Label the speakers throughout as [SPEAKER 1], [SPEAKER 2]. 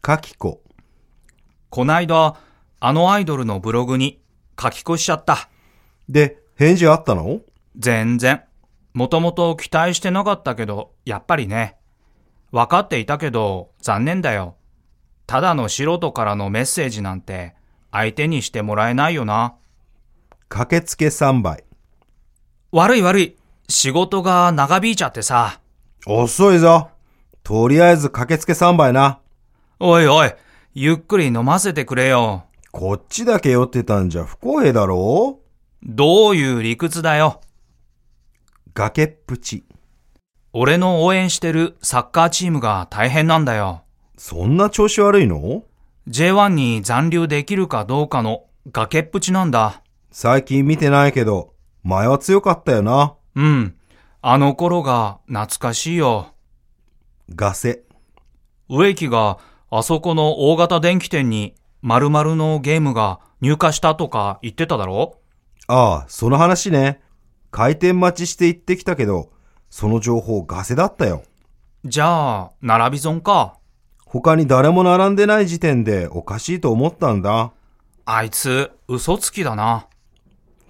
[SPEAKER 1] かきこ。
[SPEAKER 2] こないだ、あのアイドルのブログに書き越しちゃった。
[SPEAKER 1] で、返事あったの
[SPEAKER 2] 全然。もともと期待してなかったけど、やっぱりね。分かっていたけど、残念だよ。ただの素人からのメッセージなんて、相手にしてもらえないよな。
[SPEAKER 1] 駆けつけ3杯。
[SPEAKER 2] 悪い悪い。仕事が長引いちゃってさ。
[SPEAKER 1] 遅いぞ。とりあえず駆けつけ3杯な。
[SPEAKER 2] おいおい、ゆっくり飲ませてくれよ。
[SPEAKER 1] こっちだけ酔ってたんじゃ不公平だろ
[SPEAKER 2] どういう理屈だよ。
[SPEAKER 1] 崖っぷち。
[SPEAKER 2] 俺の応援してるサッカーチームが大変なんだよ。
[SPEAKER 1] そんな調子悪いの
[SPEAKER 2] J1 に残留できるかどうかの崖っぷちなんだ。
[SPEAKER 1] 最近見てないけど、前は強かったよな。
[SPEAKER 2] うん。あの頃が懐かしいよ。
[SPEAKER 1] ガセ。
[SPEAKER 2] 植木があそこの大型電気店に〇〇のゲームが入荷したとか言ってただろ
[SPEAKER 1] ああ、その話ね。開店待ちして行ってきたけど、その情報ガセだったよ。
[SPEAKER 2] じゃあ、並び損か。
[SPEAKER 1] 他に誰も並んでない時点でおかしいと思ったんだ。
[SPEAKER 2] あいつ、嘘つきだな。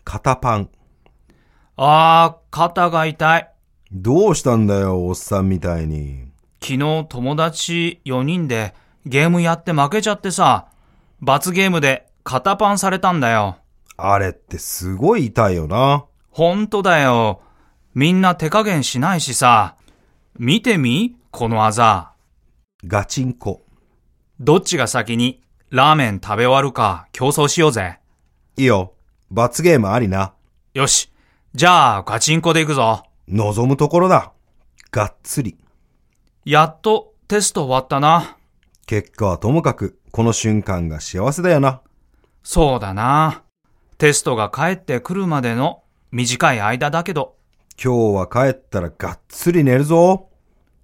[SPEAKER 1] 肩パン。
[SPEAKER 2] あー、肩が痛い。
[SPEAKER 1] どうしたんだよ、おっさんみたいに。
[SPEAKER 2] 昨日友達4人でゲームやって負けちゃってさ、罰ゲームで肩パンされたんだよ。
[SPEAKER 1] あれってすごい痛いよな。
[SPEAKER 2] ほんとだよ。みんな手加減しないしさ。見てみこのあざ。
[SPEAKER 1] ガチンコ。
[SPEAKER 2] どっちが先にラーメン食べ終わるか競争しようぜ。
[SPEAKER 1] いいよ。罰ゲームありな。
[SPEAKER 2] よし。じゃあ、ガチンコで行くぞ。
[SPEAKER 1] 望むところだ。がっつり。
[SPEAKER 2] やっとテスト終わったな。
[SPEAKER 1] 結果はともかく、この瞬間が幸せだよな。
[SPEAKER 2] そうだな。テストが帰ってくるまでの短い間だけど、
[SPEAKER 1] 今日は帰ったらがっつり寝るぞ。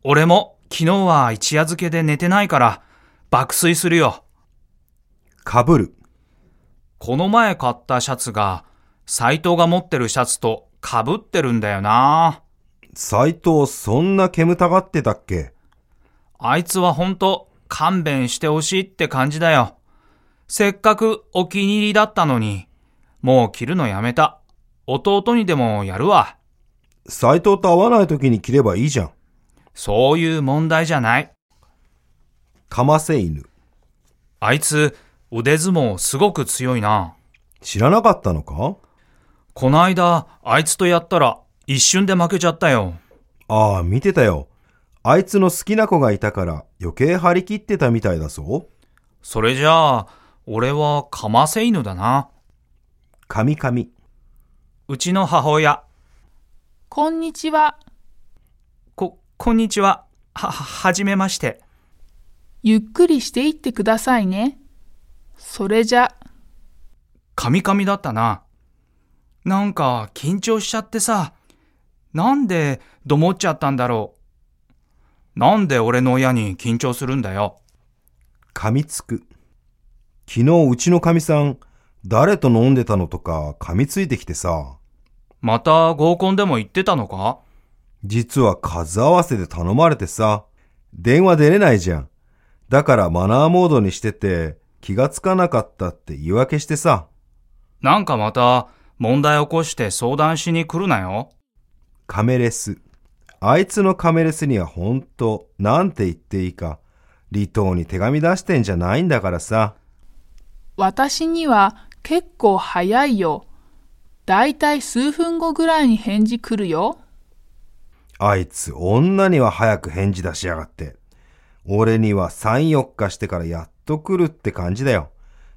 [SPEAKER 2] 俺も昨日は一夜漬けで寝てないから爆睡するよ。
[SPEAKER 1] かぶる。
[SPEAKER 2] この前買ったシャツが斎藤が持ってるシャツと被ってるんだよな。
[SPEAKER 1] 斎藤そんな煙たがってたっけ
[SPEAKER 2] あいつはほんと勘弁してほしいって感じだよ。せっかくお気に入りだったのに、もう着るのやめた。弟にでもやるわ。
[SPEAKER 1] 斎藤と会わない時に着ればいいじゃん。
[SPEAKER 2] そういう問題じゃない。
[SPEAKER 1] かませ犬。
[SPEAKER 2] あいつ腕相撲すごく強いな。
[SPEAKER 1] 知らなかったのか
[SPEAKER 2] こないだあいつとやったら一瞬で負けちゃったよ。
[SPEAKER 1] ああ、見てたよ。あいつの好きな子がいたから余計張り切ってたみたいだぞ。
[SPEAKER 2] それじゃあ、俺はかませ犬だな。
[SPEAKER 1] カミカミ。
[SPEAKER 2] うちの母親。
[SPEAKER 3] こんにちは。
[SPEAKER 2] こ、こんにちは。は、ははじめまして。
[SPEAKER 3] ゆっくりしていってくださいね。それじゃ、
[SPEAKER 2] カミカミだったな。なんか緊張しちゃってさ。なんでどもっちゃったんだろう。なんで俺の親に緊張するんだよ。
[SPEAKER 1] 噛みつく。昨日うちのかみさん、誰と飲んでたのとか噛みついてきてさ、
[SPEAKER 2] また合コンでも言ってたのか
[SPEAKER 1] 実は数合わせで頼まれてさ、電話出れないじゃん。だからマナーモードにしてて、気がつかなかったって言い訳してさ、
[SPEAKER 2] なんかまた問題起こして相談しに来るなよ。
[SPEAKER 1] カメレス。あいつのカメレスにはほんと、なんて言っていいか、離島に手紙出してんじゃないんだからさ、
[SPEAKER 3] 私には結構早いよ。だいたい数分後ぐらいに返事来るよ。
[SPEAKER 1] あいつ女には早く返事出しやがって。俺には3、4日してからやっと来るって感じだよ。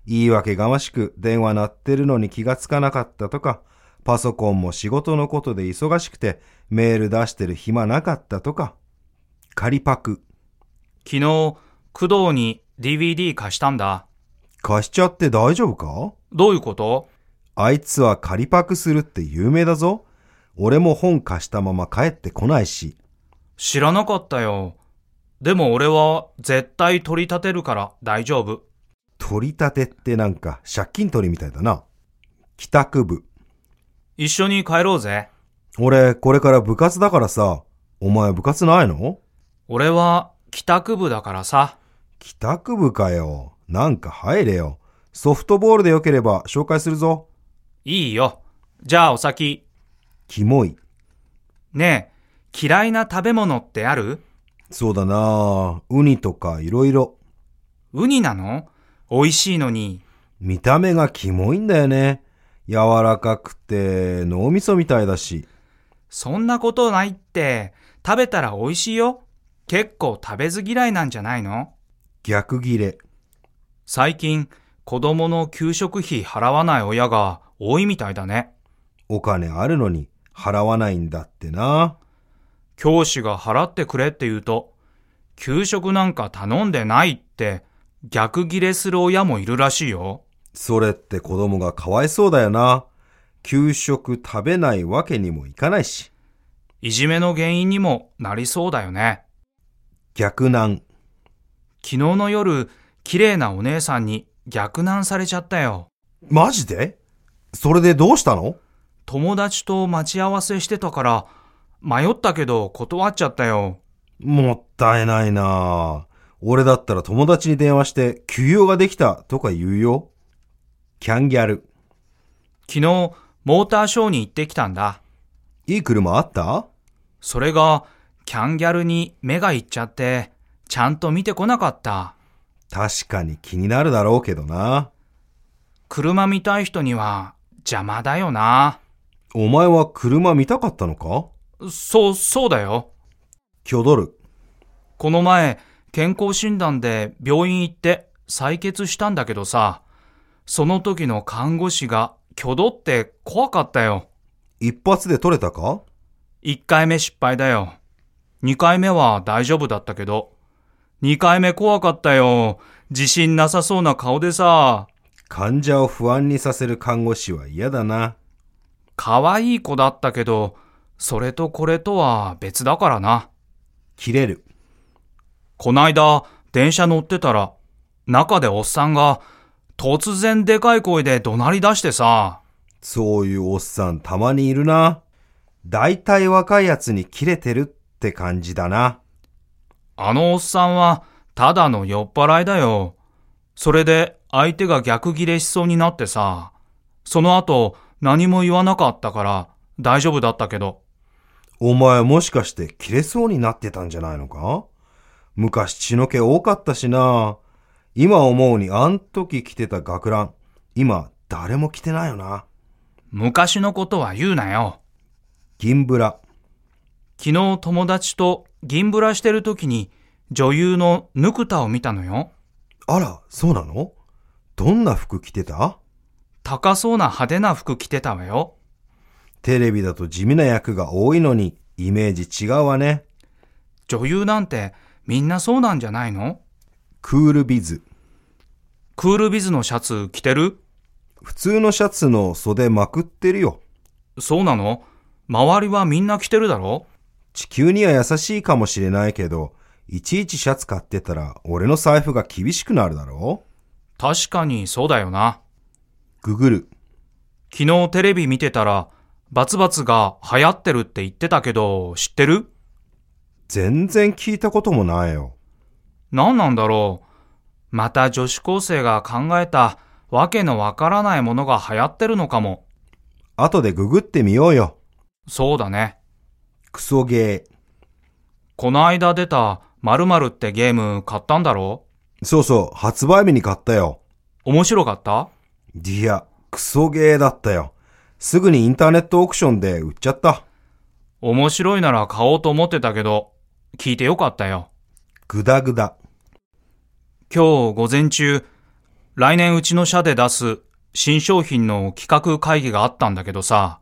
[SPEAKER 1] 言い訳がましく電話鳴ってるのに気がつかなかったとか、パソコンも仕事のことで忙しくてメール出してる暇なかったとか。仮パク。
[SPEAKER 2] 昨日、工藤に DVD 貸したんだ。
[SPEAKER 1] 貸しちゃって大丈夫か
[SPEAKER 2] どういうこと
[SPEAKER 1] あいつは仮パクするって有名だぞ。俺も本貸したまま帰ってこないし。
[SPEAKER 2] 知らなかったよ。でも俺は絶対取り立てるから大丈夫。
[SPEAKER 1] 取り立てってなんか借金取りみたいだな。帰宅部。
[SPEAKER 2] 一緒に帰ろうぜ。
[SPEAKER 1] 俺、これから部活だからさ、お前部活ないの
[SPEAKER 2] 俺は帰宅部だからさ。
[SPEAKER 1] 帰宅部かよ。なんか入れよ。ソフトボールでよければ紹介するぞ。
[SPEAKER 2] いいよ。じゃあお先。
[SPEAKER 1] キモい。
[SPEAKER 2] ねえ、嫌いな食べ物ってある
[SPEAKER 1] そうだなあウニとかいろいろ。
[SPEAKER 2] ウニなの美味しいのに。
[SPEAKER 1] 見た目がキモいんだよね。柔らかくて脳みそみたいだし。
[SPEAKER 2] そんなことないって、食べたら美味しいよ。結構食べず嫌いなんじゃないの
[SPEAKER 1] 逆ギレ。
[SPEAKER 2] 最近、子供の給食費払わない親が多いみたいだね。
[SPEAKER 1] お金あるのに払わないんだってな。
[SPEAKER 2] 教師が払ってくれって言うと、給食なんか頼んでないって逆ギレする親もいるらしいよ。
[SPEAKER 1] それって子供がかわいそうだよな。給食食べないわけにもいかないし。
[SPEAKER 2] いじめの原因にもなりそうだよね。
[SPEAKER 1] 逆難。
[SPEAKER 2] 昨日の夜、綺麗なお姉さんに逆難されちゃったよ。
[SPEAKER 1] マジでそれでどうしたの
[SPEAKER 2] 友達と待ち合わせしてたから、迷ったけど断っちゃったよ。
[SPEAKER 1] もったいないなあ俺だったら友達に電話して休養ができたとか言うよ。キャンギャル。
[SPEAKER 2] 昨日、モーターショーに行ってきたんだ。
[SPEAKER 1] いい車あった
[SPEAKER 2] それが、キャンギャルに目がいっちゃって、ちゃんと見てこなかった。
[SPEAKER 1] 確かに気になるだろうけどな。
[SPEAKER 2] 車見たい人には邪魔だよな。
[SPEAKER 1] お前は車見たかったのか
[SPEAKER 2] そう、そうだよ。
[SPEAKER 1] キョドル。
[SPEAKER 2] この前、健康診断で病院行って採血したんだけどさ、その時の看護師が挙動って怖かったよ。
[SPEAKER 1] 一発で取れたか
[SPEAKER 2] 1回目失敗だよ。2回目は大丈夫だったけど、2回目怖かったよ。自信なさそうな顔でさ、
[SPEAKER 1] 患者を不安にさせる看護師は嫌だな。
[SPEAKER 2] 可愛い子だったけど、それとこれとは別だからな。
[SPEAKER 1] 切れる。
[SPEAKER 2] こないだ、電車乗ってたら、中でおっさんが、突然でかい声で怒鳴り出してさ、
[SPEAKER 1] そういうおっさんたまにいるな。大体若いやつに切れてるって感じだな。
[SPEAKER 2] あのおっさんは、ただの酔っ払いだよ。それで、相手が逆ギレしそうになってさ、その後、何も言わなかったから、大丈夫だったけど、
[SPEAKER 1] お前もしかして切れそうになってたんじゃないのか昔血の気多かったしな。今思うにあん時着てた学ラン。今誰も着てないよな。
[SPEAKER 2] 昔のことは言うなよ。
[SPEAKER 1] 銀ブラ。
[SPEAKER 2] 昨日友達と銀ブラしてる時に、女優のぬくたを見たのよ。
[SPEAKER 1] あら、そうなのどんな服着てた
[SPEAKER 2] 高そうな派手な服着てたわよ。
[SPEAKER 1] テレビだと地味な役が多いのにイメージ違うわね。
[SPEAKER 2] 女優なんてみんなそうなんじゃないの
[SPEAKER 1] クールビズ。
[SPEAKER 2] クールビズのシャツ着てる
[SPEAKER 1] 普通のシャツの袖まくってるよ。
[SPEAKER 2] そうなの周りはみんな着てるだろ
[SPEAKER 1] 地球には優しいかもしれないけど、いちいちシャツ買ってたら俺の財布が厳しくなるだろ
[SPEAKER 2] 確かにそうだよな。
[SPEAKER 1] ググる。
[SPEAKER 2] 昨日テレビ見てたら、バツバツが流行ってるって言ってたけど、知ってる
[SPEAKER 1] 全然聞いたこともないよ。
[SPEAKER 2] 何なんだろうまた女子高生が考えたわけのわからないものが流行ってるのかも。
[SPEAKER 1] 後でググってみようよ。
[SPEAKER 2] そうだね。
[SPEAKER 1] クソゲ
[SPEAKER 2] この間出た〇〇ってゲーム買ったんだろ
[SPEAKER 1] ー。そうそう、発売日に買ったよ。
[SPEAKER 2] 面白かった
[SPEAKER 1] ディア、クソゲーだったよ。すぐにインターネットオークションで売っちゃった。
[SPEAKER 2] 面白いなら買おうと思ってたけど、聞いてよかったよ。
[SPEAKER 1] グダグダ。
[SPEAKER 2] 今日午前中、来年うちの社で出す新商品の企画会議があったんだけどさ、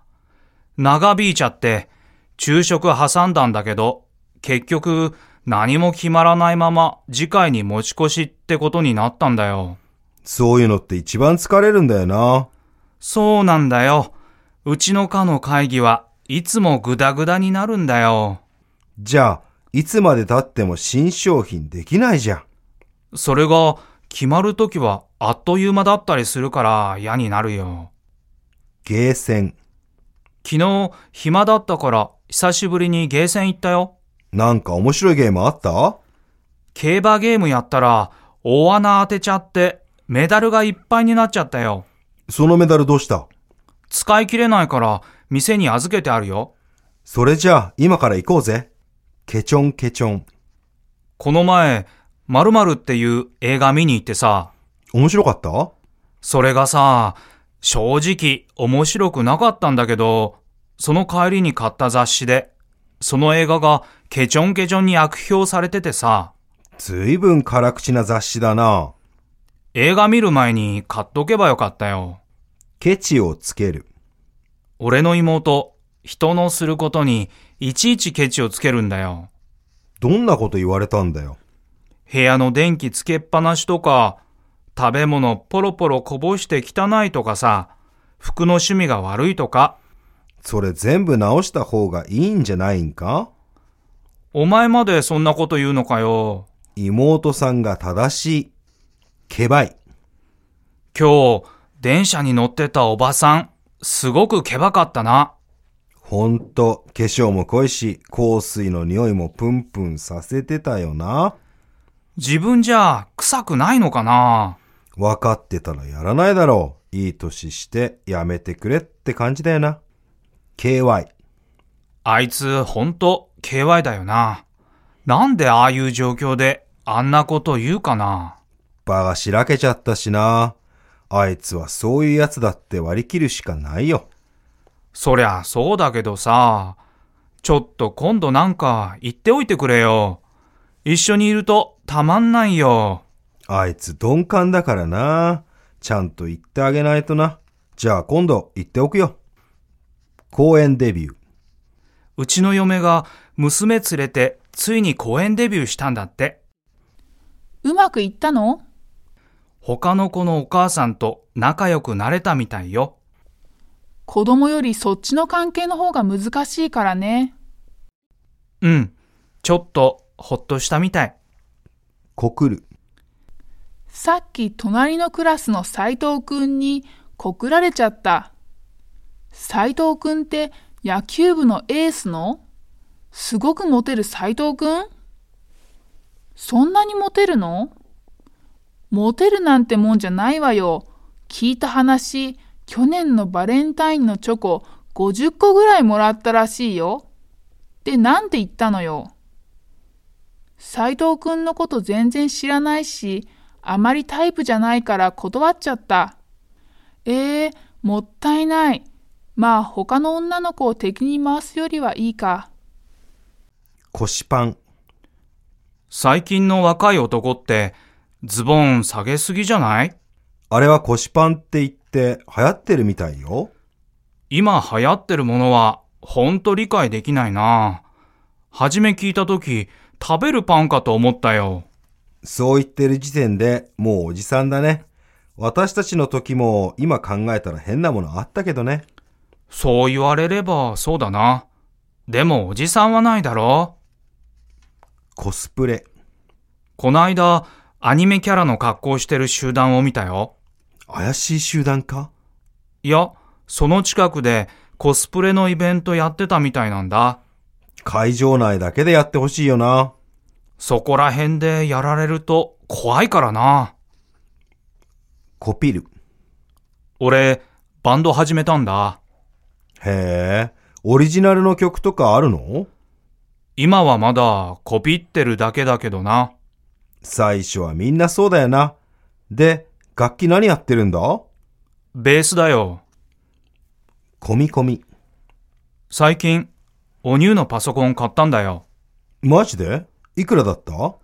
[SPEAKER 2] 長引いちゃって昼食挟んだんだけど、結局何も決まらないまま次回に持ち越しってことになったんだよ。
[SPEAKER 1] そういうのって一番疲れるんだよな。
[SPEAKER 2] そうなんだよ。うちの課の会議はいつもグダグダになるんだよ。
[SPEAKER 1] じゃあ、いつまで経っても新商品できないじゃん。
[SPEAKER 2] それが決まるときはあっという間だったりするから嫌になるよ。
[SPEAKER 1] ゲーセン。
[SPEAKER 2] 昨日暇だったから久しぶりにゲーセン行ったよ。
[SPEAKER 1] なんか面白いゲームあった
[SPEAKER 2] 競馬ゲームやったら大穴当てちゃって、メダルがいっぱいになっちゃったよ。
[SPEAKER 1] そのメダルどうした
[SPEAKER 2] 使い切れないから、店に預けてあるよ。
[SPEAKER 1] それじゃあ、今から行こうぜ。ケチョンケチョン。
[SPEAKER 2] この前、〇〇っていう映画見に行ってさ、
[SPEAKER 1] 面白かった
[SPEAKER 2] それがさ、正直面白くなかったんだけど、その帰りに買った雑誌で、その映画がケチョンケチョンに悪評されててさ、
[SPEAKER 1] ずいぶん辛口な雑誌だな。
[SPEAKER 2] 映画見る前に買っとけばよかったよ。
[SPEAKER 1] ケチをつける。
[SPEAKER 2] 俺の妹、人のすることにいちいちケチをつけるんだよ。
[SPEAKER 1] どんなこと言われたんだよ。
[SPEAKER 2] 部屋の電気つけっぱなしとか、食べ物ポロポロこぼして汚いとかさ、服の趣味が悪いとか、
[SPEAKER 1] それ全部直した方がいいんじゃないんか
[SPEAKER 2] お前までそんなこと言うのかよ。
[SPEAKER 1] 妹さんが正しい。けばい。
[SPEAKER 2] 今日、電車に乗ってたおばさん、すごくケバかったな。
[SPEAKER 1] ほんと、化粧も濃いし、香水の匂いもプンプンさせてたよな。
[SPEAKER 2] 自分じゃ臭くないのかな
[SPEAKER 1] 分かってたらやらないだろう。いい歳してやめてくれって感じだよな。KY。
[SPEAKER 2] あいつ、ほんと、KY だよな。なんでああいう状況で、あんなこと言うかな。
[SPEAKER 1] バがしらけちゃったしな。あいつはそういうやつだって割り切るしかないよ。
[SPEAKER 2] そりゃそうだけどさ、ちょっと今度なんか言っておいてくれよ。一緒にいるとたまんないよ。
[SPEAKER 1] あいつ鈍感だからな。ちゃんと言ってあげないとな。じゃあ今度言っておくよ。公演デビュー。
[SPEAKER 2] うちの嫁が娘連れてついに公演デビューしたんだって。
[SPEAKER 3] うまくいったの
[SPEAKER 2] 他の子のお母さんと仲良くなれたみたいよ。
[SPEAKER 3] 子供よりそっちの関係の方が難しいからね。
[SPEAKER 2] うん。ちょっとほっとしたみたい。
[SPEAKER 1] 告る。
[SPEAKER 3] さっき隣のクラスの斎藤くんに告られちゃった。斎藤くんって野球部のエースのすごくモテる斎藤くんそんなにモテるのモテるなんてもんじゃないわよ。聞いた話、去年のバレンタインのチョコ50個ぐらいもらったらしいよ。で、なんて言ったのよ。斉藤くんのこと全然知らないし、あまりタイプじゃないから断っちゃった。えー、もったいない。まあ他の女の子を敵に回すよりはいいか。
[SPEAKER 1] 腰パン。
[SPEAKER 2] 最近の若い男ってズボン下げすぎじゃない
[SPEAKER 1] あれは腰パンって言って流行ってるみたいよ。
[SPEAKER 2] 今流行ってるものはほんと理解できないな。初め聞いた時食べるパンかと思ったよ。
[SPEAKER 1] そう言ってる時点でもうおじさんだね。私たちの時も今考えたら変なものあったけどね。
[SPEAKER 2] そう言われればそうだな。でもおじさんはないだろ
[SPEAKER 1] コスプレ。
[SPEAKER 2] こないだアニメキャラの格好してる集団を見たよ。
[SPEAKER 1] 怪しい集団か
[SPEAKER 2] いや、その近くでコスプレのイベントやってたみたいなんだ。
[SPEAKER 1] 会場内だけでやってほしいよな。
[SPEAKER 2] そこら辺でやられると怖いからな。
[SPEAKER 1] コピル。
[SPEAKER 2] 俺、バンド始めたんだ。
[SPEAKER 1] へえ、オリジナルの曲とかあるの
[SPEAKER 2] 今はまだコピってるだけだけどな。
[SPEAKER 1] 最初はみんなそうだよな。で、楽器何やってるんだ
[SPEAKER 2] ベースだよ。
[SPEAKER 1] コミコミ。
[SPEAKER 2] 最近、おニューのパソコン買ったんだよ。
[SPEAKER 1] マジでいくらだった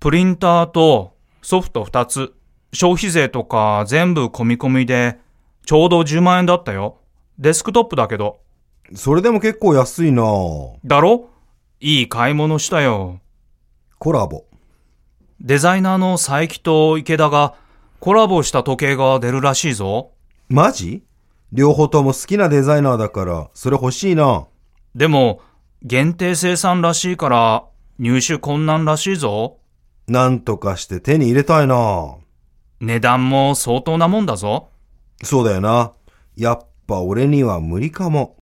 [SPEAKER 2] プリンターとソフト2つ、消費税とか全部込み込みで、ちょうど10万円だったよ。デスクトップだけど。
[SPEAKER 1] それでも結構安いな
[SPEAKER 2] だろいい買い物したよ。
[SPEAKER 1] コラボ。
[SPEAKER 2] デザイナーの佐伯と池田がコラボした時計が出るらしいぞ。
[SPEAKER 1] マジ両方とも好きなデザイナーだから、それ欲しいな
[SPEAKER 2] でも、限定生産らしいから、入手困難らしいぞ。
[SPEAKER 1] なんとかして手に入れたいな
[SPEAKER 2] 値段も相当なもんだぞ。
[SPEAKER 1] そうだよな。やっぱ俺には無理かも。